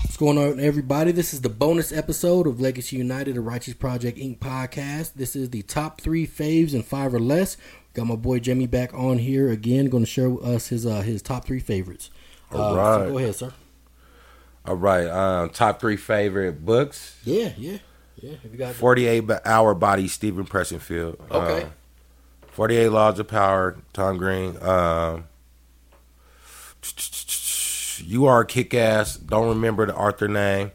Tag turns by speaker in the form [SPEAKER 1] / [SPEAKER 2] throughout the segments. [SPEAKER 1] What's going on, everybody? This is the bonus episode of Legacy United, a Righteous Project Inc. podcast. This is the top three faves and five or less. Got my boy Jimmy back on here again, going to share with us his uh, his top three favorites.
[SPEAKER 2] All
[SPEAKER 1] uh,
[SPEAKER 2] right.
[SPEAKER 1] so go ahead, sir.
[SPEAKER 2] All right. Um, top three favorite books:
[SPEAKER 1] Yeah, yeah, yeah. If you got
[SPEAKER 2] Forty Eight Hour Body, Stephen Pressfield.
[SPEAKER 1] okay,
[SPEAKER 2] Forty Eight Laws of Power, Tom Green. Um, you are a kick ass. Don't remember the author name.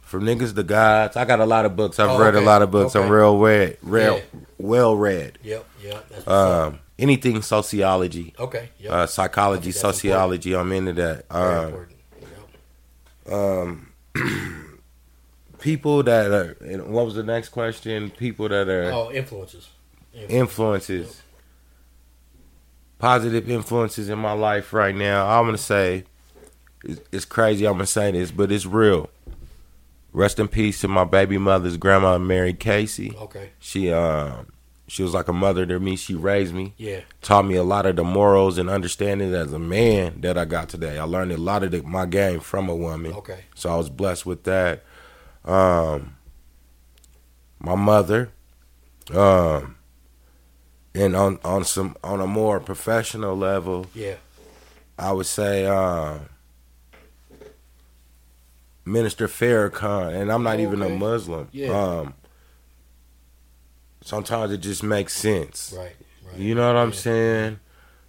[SPEAKER 2] From niggas to gods. I got a lot of books. I've
[SPEAKER 1] Oh,
[SPEAKER 2] read
[SPEAKER 1] okay.
[SPEAKER 2] a lot of books.
[SPEAKER 1] Okay.
[SPEAKER 2] I'm real read, real,
[SPEAKER 1] Yeah.
[SPEAKER 2] well read.
[SPEAKER 1] yep, yep. That's what's up.
[SPEAKER 2] Um, anything sociology,
[SPEAKER 1] okay, yep.
[SPEAKER 2] uh,
[SPEAKER 1] I
[SPEAKER 2] psychology,
[SPEAKER 1] think that's
[SPEAKER 2] sociology. I'm into that.
[SPEAKER 1] Very
[SPEAKER 2] Um,
[SPEAKER 1] important. Yep.
[SPEAKER 2] people that are. And what was the next question? People that are.
[SPEAKER 1] Oh, influences.
[SPEAKER 2] influences positive influences in my life right now i'm gonna say it's, it's crazy i'm gonna say this but it's real rest in peace to my baby mother's grandma mary casey
[SPEAKER 1] Okay,
[SPEAKER 2] she um she was like a mother to me she raised me
[SPEAKER 1] yeah,
[SPEAKER 2] taught me a lot of the morals and understanding as a man that i got today i learned a lot of the, my game from a woman
[SPEAKER 1] okay,
[SPEAKER 2] so I was blessed with that. Um, my mother, um, and on on some on a more professional level,
[SPEAKER 1] yeah,
[SPEAKER 2] I would say um, Minister Farrakhan, and I'm not even a
[SPEAKER 1] Okay.
[SPEAKER 2] Muslim.
[SPEAKER 1] Yeah.
[SPEAKER 2] Um, sometimes it just makes sense.
[SPEAKER 1] right, right.
[SPEAKER 2] You know what I'm
[SPEAKER 1] Yeah.
[SPEAKER 2] saying?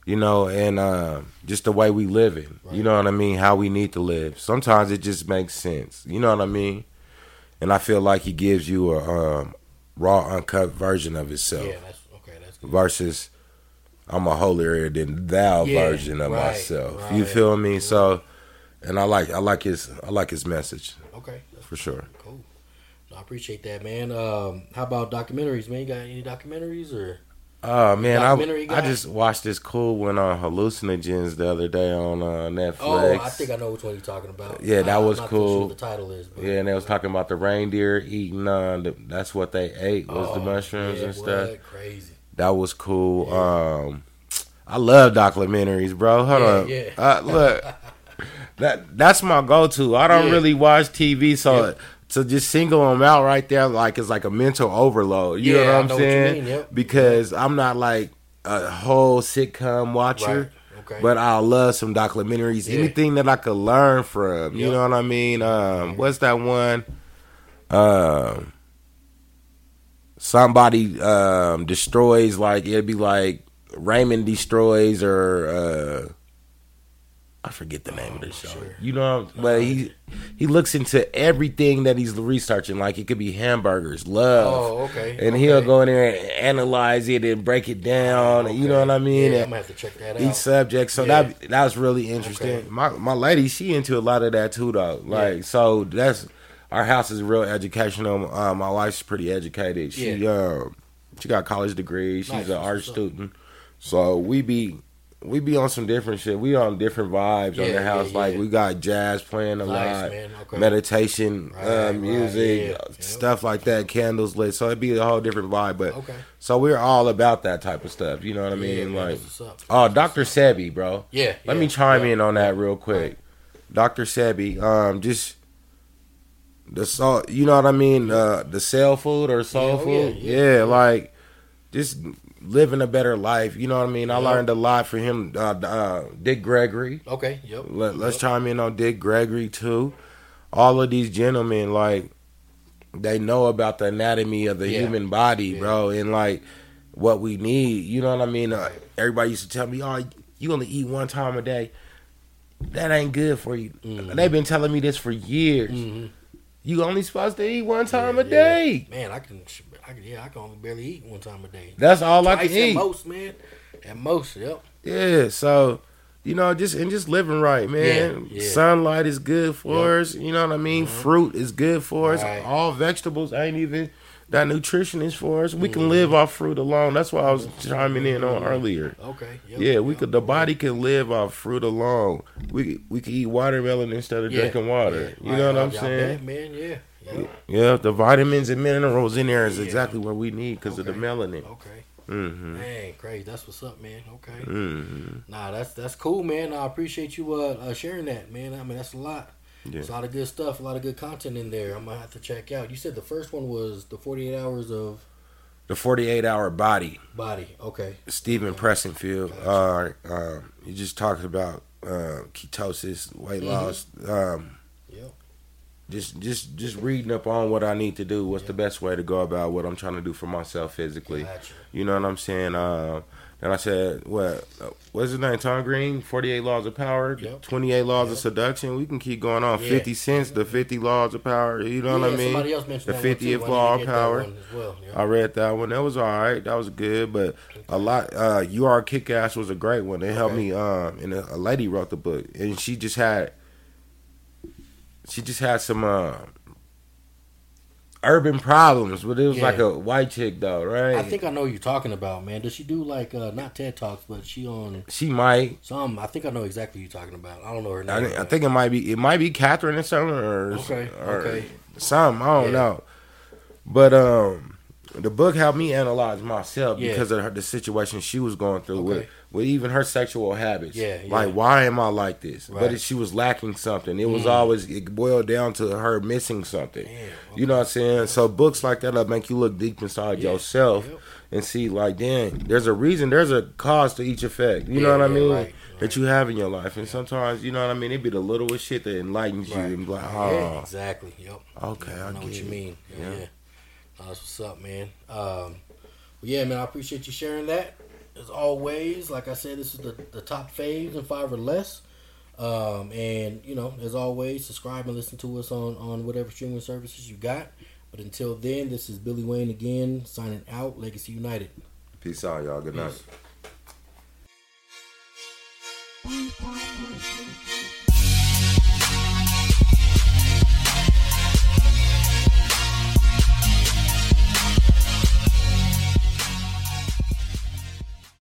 [SPEAKER 2] You know, and uh, just the way we live it.
[SPEAKER 1] Right.
[SPEAKER 2] You know what I mean? How we need to live. Sometimes it just makes sense. You know what I mean? And I feel like he gives you a um, raw, uncut version of himself
[SPEAKER 1] Yeah, that's okay. That's good.
[SPEAKER 2] versus I'm a holier than thou
[SPEAKER 1] Yeah,
[SPEAKER 2] version of
[SPEAKER 1] right,
[SPEAKER 2] myself.
[SPEAKER 1] right.
[SPEAKER 2] You feel me? So, and I like, I like his, I like his message
[SPEAKER 1] Okay, that's
[SPEAKER 2] for sure.
[SPEAKER 1] Cool. No, I appreciate that, man. Um, how about documentaries, man? You got any documentaries or?
[SPEAKER 2] Oh man,
[SPEAKER 1] Documentary
[SPEAKER 2] I, I
[SPEAKER 1] guy?
[SPEAKER 2] just watched this cool one on hallucinogens the other day on uh, Netflix.
[SPEAKER 1] Oh, I think I know which one you're talking about.
[SPEAKER 2] Yeah, that
[SPEAKER 1] I- I'm
[SPEAKER 2] was
[SPEAKER 1] not too sure
[SPEAKER 2] cool.
[SPEAKER 1] what the title is, but
[SPEAKER 2] Yeah, and they was talking about the reindeer eating. Uh, the, that's what they ate was the
[SPEAKER 1] Oh,
[SPEAKER 2] mushrooms
[SPEAKER 1] yeah,
[SPEAKER 2] and stuff.
[SPEAKER 1] what? Crazy.
[SPEAKER 2] That was cool. Um, I love documentaries, bro. Hold
[SPEAKER 1] Yeah,
[SPEAKER 2] on,
[SPEAKER 1] yeah.
[SPEAKER 2] Uh, look, that that's my go-to. I don't
[SPEAKER 1] Yeah.
[SPEAKER 2] really watch TV, so
[SPEAKER 1] Yeah.
[SPEAKER 2] to just single them out right there, like it's like a mental overload. You
[SPEAKER 1] Yeah,
[SPEAKER 2] know
[SPEAKER 1] I
[SPEAKER 2] what I'm
[SPEAKER 1] know what you
[SPEAKER 2] saying?
[SPEAKER 1] mean, yep.
[SPEAKER 2] Because I'm not like a whole sitcom watcher.
[SPEAKER 1] Right. Okay.
[SPEAKER 2] But I love some documentaries.
[SPEAKER 1] Yeah.
[SPEAKER 2] Anything that I could learn from. You
[SPEAKER 1] Yep.
[SPEAKER 2] know what I mean? Um, What's that one? Um, somebody um, destroys like it'd be like Raymond destroys or uh, I forget the name of the show.
[SPEAKER 1] sure.
[SPEAKER 2] You know, what I'm- but he he looks into everything that he's researching. Like it could be hamburgers, love.
[SPEAKER 1] oh, okay.
[SPEAKER 2] uh, And
[SPEAKER 1] okay.
[SPEAKER 2] he'll go in there and analyze it and break it down. and You know what I mean?
[SPEAKER 1] Yeah,
[SPEAKER 2] And-
[SPEAKER 1] I'm gonna have to check that
[SPEAKER 2] each
[SPEAKER 1] out.
[SPEAKER 2] subject. So
[SPEAKER 1] Yeah.
[SPEAKER 2] that that was really interesting.
[SPEAKER 1] Okay.
[SPEAKER 2] My my lady, she into a lot of that too, though. Like
[SPEAKER 1] Yeah.
[SPEAKER 2] so, that's our house is real educational. Uh, my wife's pretty educated. She
[SPEAKER 1] Yeah.
[SPEAKER 2] uh, she got college degrees. She's
[SPEAKER 1] Nice.
[SPEAKER 2] an
[SPEAKER 1] That's
[SPEAKER 2] art
[SPEAKER 1] what's up.
[SPEAKER 2] student. So we be. We be on some different shit. We on different vibes
[SPEAKER 1] Yeah,
[SPEAKER 2] on the
[SPEAKER 1] yeah,
[SPEAKER 2] house. like
[SPEAKER 1] yeah.
[SPEAKER 2] we got jazz playing a
[SPEAKER 1] Nice,
[SPEAKER 2] lot,
[SPEAKER 1] man. Okay.
[SPEAKER 2] meditation,
[SPEAKER 1] Right,
[SPEAKER 2] uh,
[SPEAKER 1] right,
[SPEAKER 2] music, uh,
[SPEAKER 1] yeah.
[SPEAKER 2] stuff like that, candles lit. So it'd be a whole different vibe. But
[SPEAKER 1] Okay.
[SPEAKER 2] so we're all about that type of stuff. You know what I
[SPEAKER 1] yeah, man,
[SPEAKER 2] mean? like
[SPEAKER 1] that's what's up.
[SPEAKER 2] Oh, Dr. Sebi, bro.
[SPEAKER 1] Yeah.
[SPEAKER 2] Let
[SPEAKER 1] yeah,
[SPEAKER 2] me chime
[SPEAKER 1] yeah.
[SPEAKER 2] in on that real quick. Dr. Sebi, um, just the soul, you know what I mean? Uh, the cell food or soul
[SPEAKER 1] Yeah, oh, yeah,
[SPEAKER 2] food?
[SPEAKER 1] yeah,
[SPEAKER 2] yeah, like just living a better life. You know what I mean? I
[SPEAKER 1] Yeah.
[SPEAKER 2] learned a lot from him, uh, uh, Dick Gregory.
[SPEAKER 1] Okay. Yep.
[SPEAKER 2] Let, let's
[SPEAKER 1] yep.
[SPEAKER 2] chime in on Dick Gregory too. All of these gentlemen, like they know about the anatomy of the
[SPEAKER 1] Yeah.
[SPEAKER 2] human body,
[SPEAKER 1] Yeah.
[SPEAKER 2] bro, and like what we need. You know what I mean? Uh, everybody used to tell me, "Oh, you only eat one time a day. That ain't good for you."
[SPEAKER 1] Mhm.
[SPEAKER 2] They've been telling me this for years.
[SPEAKER 1] Mhm.
[SPEAKER 2] You only supposed to eat one time
[SPEAKER 1] Yeah,
[SPEAKER 2] a day.
[SPEAKER 1] Yeah. Man, I can, I can, yeah, I can only barely eat one time a day.
[SPEAKER 2] That's all I
[SPEAKER 1] Twice
[SPEAKER 2] can
[SPEAKER 1] at
[SPEAKER 2] eat.
[SPEAKER 1] most, man. At most, yep.
[SPEAKER 2] Yeah, so you know, just and just living right, man.
[SPEAKER 1] Yeah, yeah.
[SPEAKER 2] Sunlight is good for us. You know what I mean. Fruit is good for
[SPEAKER 1] Right.
[SPEAKER 2] us. All vegetables ain't even that nutrition is for us. We
[SPEAKER 1] Mm-hmm.
[SPEAKER 2] can live off fruit alone. That's why I was chiming in on earlier.
[SPEAKER 1] Okay. Mm-hmm. Yep.
[SPEAKER 2] Yeah, we
[SPEAKER 1] yep.
[SPEAKER 2] could. The body can live off fruit alone. We we could eat watermelon instead of
[SPEAKER 1] Yeah,
[SPEAKER 2] drinking water.
[SPEAKER 1] yeah,
[SPEAKER 2] You
[SPEAKER 1] right,
[SPEAKER 2] know what
[SPEAKER 1] y'all-
[SPEAKER 2] I'm
[SPEAKER 1] y'all
[SPEAKER 2] saying?
[SPEAKER 1] bet, man, yeah. yeah.
[SPEAKER 2] Yeah, the vitamins and minerals in there is
[SPEAKER 1] Yeah.
[SPEAKER 2] exactly what we need because of the
[SPEAKER 1] Okay.
[SPEAKER 2] melanin.
[SPEAKER 1] Okay.
[SPEAKER 2] Mm-hmm.
[SPEAKER 1] Man, crazy. That's what's up, man. Okay.
[SPEAKER 2] Mm-hmm.
[SPEAKER 1] Nah, that's that's cool, man. I appreciate you uh, uh sharing that, man. I mean, that's a lot.
[SPEAKER 2] Yeah.
[SPEAKER 1] It's a lot of good stuff, a lot of good content in there. I'm gonna have to check out. You said the first one was the 48 hours of
[SPEAKER 2] The 48 hour body,
[SPEAKER 1] body. Okay.
[SPEAKER 2] Stephen Pressingfield. Uh, um, he just talked about uh, ketosis, weight
[SPEAKER 1] Mhm.
[SPEAKER 2] loss. Um,
[SPEAKER 1] Yep.
[SPEAKER 2] just, just, just reading up on what I need to do. What's the best way to go about what I'm trying to do for myself physically?
[SPEAKER 1] Gotcha.
[SPEAKER 2] You know what I'm saying? Uh, and I said, what? uh, What's his name? Tom Green. Forty eight laws of power.
[SPEAKER 1] Yep.
[SPEAKER 2] Twenty eight laws of
[SPEAKER 1] Yep.
[SPEAKER 2] seduction. We can keep going on.
[SPEAKER 1] Yeah.
[SPEAKER 2] Fifty cents. The fifty laws of power. You know what I
[SPEAKER 1] Yeah,
[SPEAKER 2] mean?
[SPEAKER 1] Somebody else mentioned
[SPEAKER 2] The
[SPEAKER 1] that one, too.
[SPEAKER 2] 50th
[SPEAKER 1] I didn't
[SPEAKER 2] law of
[SPEAKER 1] get that
[SPEAKER 2] power.
[SPEAKER 1] one as well. Yeah.
[SPEAKER 2] I read that one. That was all right. That was good, but a lot. Uh, you are kickass was a great one. It helped
[SPEAKER 1] Okay.
[SPEAKER 2] me. Um, and a, a lady wrote the book, and she just had. She just had some uh, urban problems, but it was
[SPEAKER 1] Yeah.
[SPEAKER 2] like a white chick though, right?
[SPEAKER 1] I think I know what you're talking about, man. Does she do like uh not TED Talks, but she on
[SPEAKER 2] she might.
[SPEAKER 1] some? I think I know exactly who you're talking about. I don't know her
[SPEAKER 2] I,
[SPEAKER 1] name.
[SPEAKER 2] thi- I
[SPEAKER 1] but-
[SPEAKER 2] think it might be it might be Catherine or something or,
[SPEAKER 1] Okay,
[SPEAKER 2] or
[SPEAKER 1] okay.
[SPEAKER 2] something. I don't
[SPEAKER 1] Yeah.
[SPEAKER 2] know. But um the book helped me analyze myself
[SPEAKER 1] Yeah.
[SPEAKER 2] because of her, the situation she was going through with
[SPEAKER 1] Okay.
[SPEAKER 2] with even her sexual habits.
[SPEAKER 1] Yeah,
[SPEAKER 2] Like
[SPEAKER 1] yeah.
[SPEAKER 2] why am I like this? But
[SPEAKER 1] Right.
[SPEAKER 2] it, she was lacking something. It was
[SPEAKER 1] Mm.
[SPEAKER 2] always it boiled down to her missing something.
[SPEAKER 1] Damn,
[SPEAKER 2] You know what I'm saying? So books like that will make you look deep inside
[SPEAKER 1] Yeah,
[SPEAKER 2] yourself
[SPEAKER 1] yep.
[SPEAKER 2] and see like dang, there's a reason, there's a cause to each effect. You know
[SPEAKER 1] Yeah,
[SPEAKER 2] what I
[SPEAKER 1] yeah,
[SPEAKER 2] mean?
[SPEAKER 1] right,
[SPEAKER 2] That you have in your life, and sometimes you know what I mean. It be the littlest shit that enlightens you,
[SPEAKER 1] Right.
[SPEAKER 2] and be like,
[SPEAKER 1] Yeah,
[SPEAKER 2] oh,
[SPEAKER 1] exactly. Yep.
[SPEAKER 2] okay,
[SPEAKER 1] I,
[SPEAKER 2] I,
[SPEAKER 1] know
[SPEAKER 2] get
[SPEAKER 1] what you
[SPEAKER 2] it.
[SPEAKER 1] mean. Yeah.
[SPEAKER 2] Yeah.
[SPEAKER 1] yeah. Nah, that's what's up, man. Um, well, yeah, man, I appreciate you sharing that. As always, like I said, this is the, the top faves and five or less. Um, and, you know, as always, subscribe and listen to us on, on whatever streaming services you got. But until then, this is Billy Wayne again, signing out, Legacy United.
[SPEAKER 2] Peace out, y'all. Good night.
[SPEAKER 1] Peace.